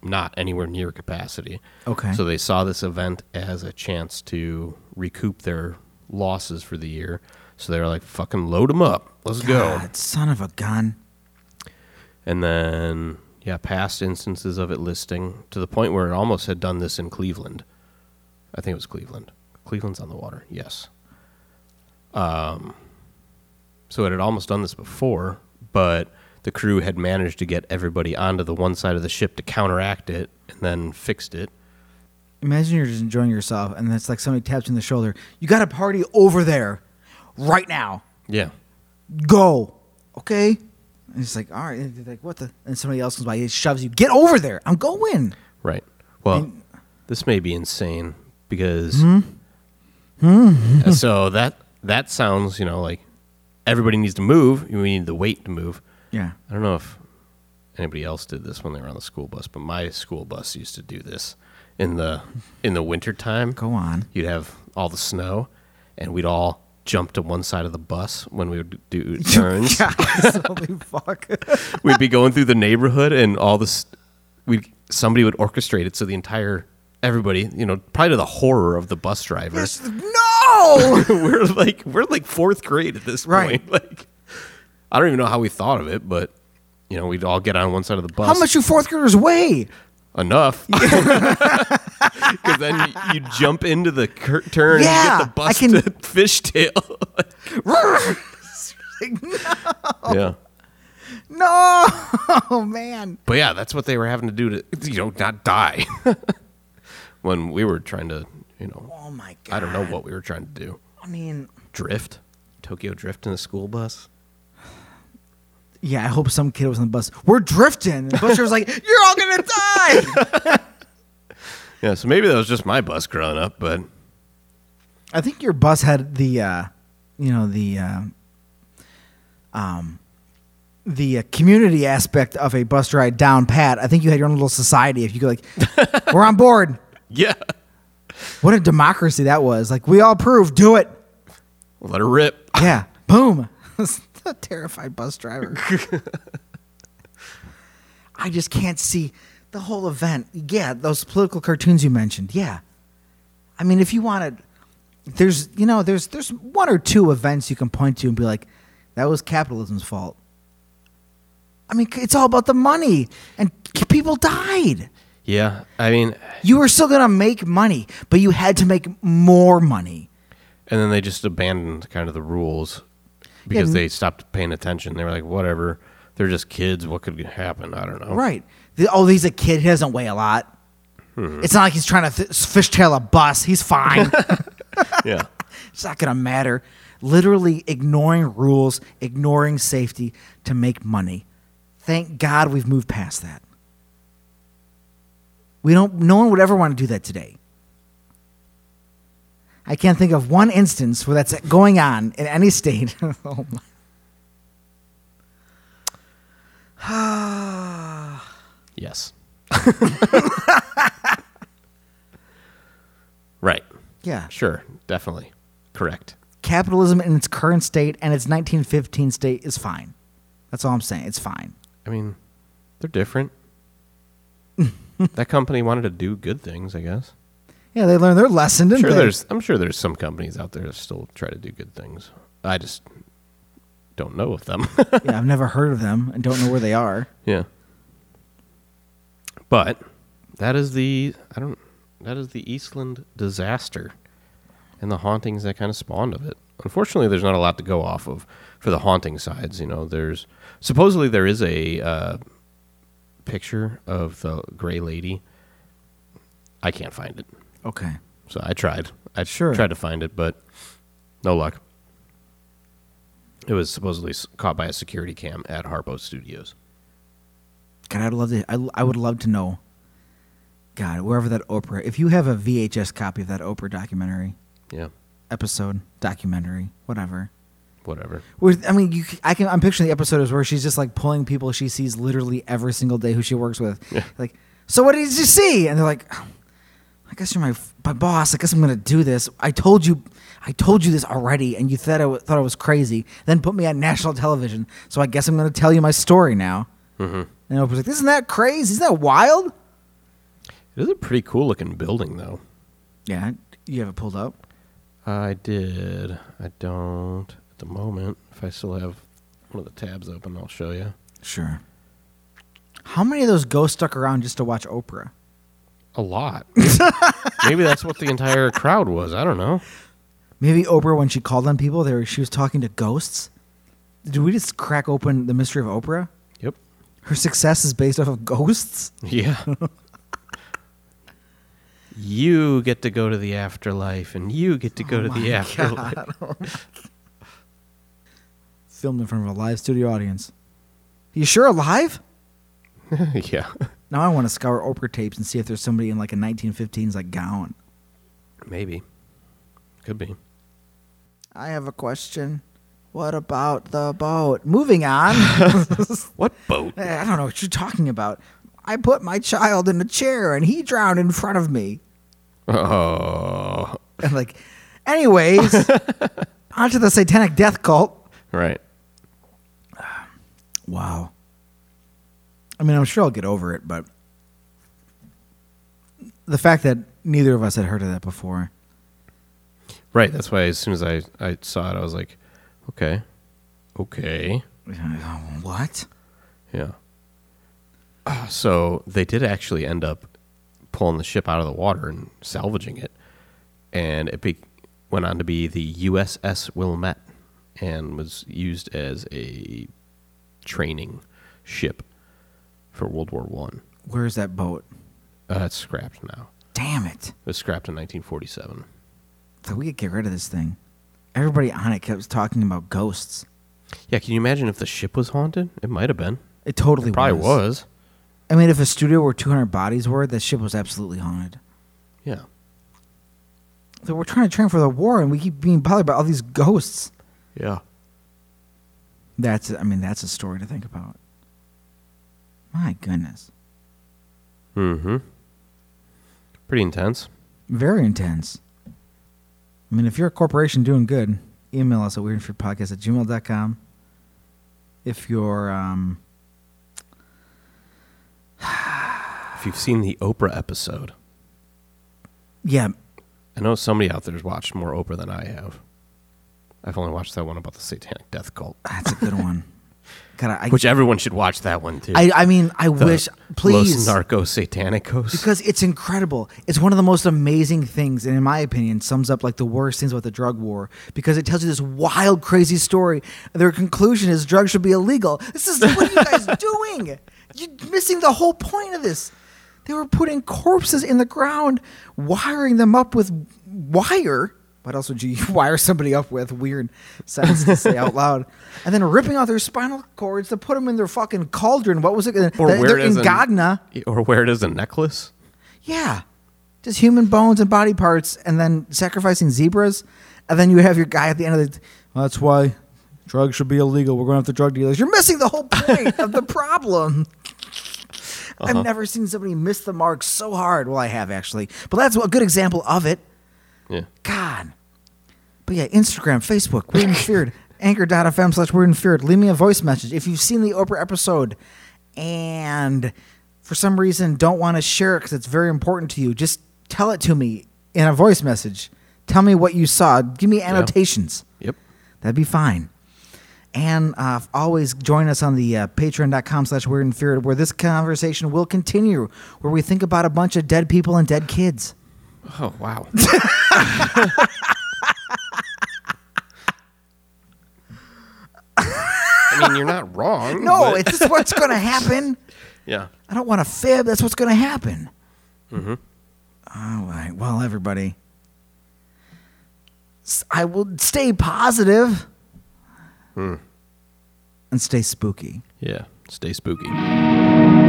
not anywhere near capacity. Okay. So they saw this event as a chance to recoup their losses for the year. So they were like, fucking load them up. Let's go. God, son of a gun. And then, yeah, past instances of it listing to the point where it almost had done this in Cleveland. I think it was Cleveland. Cleveland's on the water. Yes. Um, so it had almost done this before, but the crew had managed to get everybody onto the one side of the ship to counteract it and then fixed it. Imagine you're just enjoying yourself, and it's like somebody taps you on the shoulder. You got a party over there, right now. Yeah. Go. Okay. And it's like, all right. And they're like, what the? And somebody else comes by, it shoves you. Get over there. I'm going. Right. Well, And- this may be insane because Hmm? so that that sounds, you know, like everybody needs to move. We need the weight to move. Yeah. I don't know if anybody else did this when they were on the school bus, but my school bus used to do this in the in the winter time. Go on. You'd have all the snow, and we'd all jump to one side of the bus when we would do turns. Guys, holy fuck. we'd be going through the neighborhood and all this we somebody would orchestrate it so the entire everybody you know probably to the horror of the bus driver Just- no. we're like we're like fourth grade at this Right. point like i don't even know how we thought of it but you know we'd all get on one side of the bus How much you fourth graders weigh? enough because then you, you jump into the cur- turn Yeah, and you get the I bus can- to fishtail yeah No. Oh man. But yeah, that's what they were having to do to you know not die. when we were trying to, you know, Oh my god. I don't know what we were trying to do. I mean, Drift, Tokyo Drift in a school bus. yeah. I hope some kid was on the bus. We're drifting. And the bus driver's like, you're all gonna die. Yeah, so maybe that was just my bus growing up, but I think your bus had the, uh, you know, the, uh, um, the uh, community aspect of a bus ride down pat. I think you had your own little society. If you could, like, we're on board. yeah, What a democracy that was. Like, we all approve. Do it. let her rip. Yeah. Boom. a terrified bus driver. I just can't see the whole event. Yeah, those political cartoons you mentioned. Yeah. I mean, if you wanted there's you know, there's there's one or two events you can point to and be like, that was capitalism's fault. I mean, c- it's all about the money and c- people died. Yeah, I mean, You were still going to make money, but you had to make more money. and then they just abandoned kind of the rules because Yeah. they stopped paying attention. They were like, whatever, they're just kids. What could happen? I don't know. Right. The- oh, he's a kid. He doesn't weigh a lot. It's not like he's trying to th- fishtail a bus. He's fine. Yeah. it's not going to matter. Literally ignoring rules, ignoring safety to make money. Thank God we've moved past that. We don't, no one would ever want to do that today. I can't think of one instance where that's going on in any state. oh my. Yes. right. Yeah. Sure. Definitely. Correct. capitalism in its current state and its 1915 state is fine. That's all I'm saying. It's fine. I mean, they're different. that company wanted to do good things, I guess. Yeah, they learned their lesson, didn't sure, they? there's. I'm sure there's some companies out there that still try to do good things. I just don't know of them. yeah, I've never heard of them and don't know where they are. yeah. But that is the I don't that is the Eastland disaster and the hauntings that kind of spawned of it. Unfortunately, there's not a lot to go off of for the haunting sides. You know, there's supposedly there is a uh, picture of the Gray Lady. I can't find it. Okay. So I tried. I Sure. tried to find it, but no luck. It was supposedly s- caught by a security cam at Harpo Studios. God, I'd love to. I, I would love to know. God, wherever that Oprah. If you have a VHS copy of that Oprah documentary Yeah, episode, documentary, whatever. whatever. Where I mean, you, c- I can. I'm picturing the episode is where she's just like pulling people she sees literally every single day who she works with. Yeah. Like, so what did you see? And they're like, I guess you're my f- my boss. I guess I'm gonna do this. I told you, I told you this already, and you thought I w- thought I was crazy. Then put me on national television. So I guess I'm gonna tell you my story now. Mm-hmm. And Oprah's like, isn't that crazy? Isn't that wild? It is a pretty cool looking building, though. Yeah, you have it pulled up. I did. I don't at the moment. If I still have one of the tabs open, I'll show you. Sure. How many of those ghosts stuck around just to watch Oprah? A lot. Maybe, maybe that's what the entire crowd was. I don't know. Maybe Oprah, when she called on people, there she was talking to ghosts. Did we just crack open the mystery of Oprah? Yep. Her success is based off of ghosts. Yeah. you get to go to the afterlife, and you get to go to the afterlife. Filmed in front of a live studio audience. You sure alive? yeah. Now I want to scour Oprah tapes and see if there's somebody in like a 1915s like gown. Maybe. Could be. I have a question. What about the boat? Moving on. What boat? Eh, I don't know what you're talking about. I put my child in a chair and he drowned in front of me. Oh. And like, anyways, onto the satanic death cult. Right. Wow. I mean, I'm sure I'll get over it, but the fact that neither of us had heard of that before. Right. That's why as soon as I, I saw it, I was like, okay. Okay. What? Yeah. Uh, So they did actually end up pulling the ship out of the water and salvaging it. And it be- went on to be the USS Wilmette and was used as a training ship for World War One. Where's that boat? Uh, it's scrapped now. Damn it. It was scrapped in 1947. So we could get rid of this thing. Everybody on it kept talking about ghosts. Yeah, can you imagine if the ship was haunted? It might have been. It totally It probably was. I mean, if a studio where 200 bodies were, that ship was absolutely haunted. Yeah. So we're trying to train for the war, and we keep being bothered by all these ghosts. Yeah. That's, I mean, that's a story to think about. My goodness. Mm-hmm. Pretty intense. Very intense. I mean, if you're a corporation doing good, email us at weirdandfreepodcast at gmail.com. If you're, um, If you've seen the Oprah episode, yeah, I know somebody out there's watched more Oprah than I have. I've only watched that one about the Satanic Death Cult, that's a good one. God, I, which everyone should watch that one too. I, I mean, I The wish, please. Los Narcos Satanicos. because it's incredible. It's one of the most amazing things, and in my opinion, sums up like the worst things about the drug war because it tells you this wild, crazy story. Their conclusion is drugs should be illegal. This is what are you guys doing? You're missing the whole point of this. They were putting corpses in the ground, wiring them up with wire. What else would you wire somebody up with? Weird sentence to say out loud. And then ripping out their spinal cords to put them in their fucking cauldron. What was it? or They're where it in is Gagna. a, or where it is a necklace. Yeah. Just human bones and body parts and then sacrificing zebras. And then you have your guy at the end of the. Well, that's why drugs should be illegal. We're going after drug dealers. You're missing the whole point of the problem. I've never seen somebody miss the mark so hard. Well, I have actually. But that's a good example of it. Yeah, God. But But yeah, Instagram, Facebook, Weird and Feared, anchor.fm slash Weird and Feared. Leave me a voice message. If you've seen the Oprah episode and for some reason don't want to share it because it's very important to you, just tell it to me in a voice message. Tell me what you saw. Give me annotations. Yep. That'd be fine. And uh, always join us on the uh, patreon.com slash weird and feared where this conversation will continue, where we think about a bunch of dead people and dead kids. Oh wow. I mean, you're not wrong. No, but- it's just what's going to happen. yeah. I don't want to fib. That's what's going to happen. Mm-hmm. All right. Well, everybody, s- I will stay positive and stay spooky. Yeah. Stay spooky.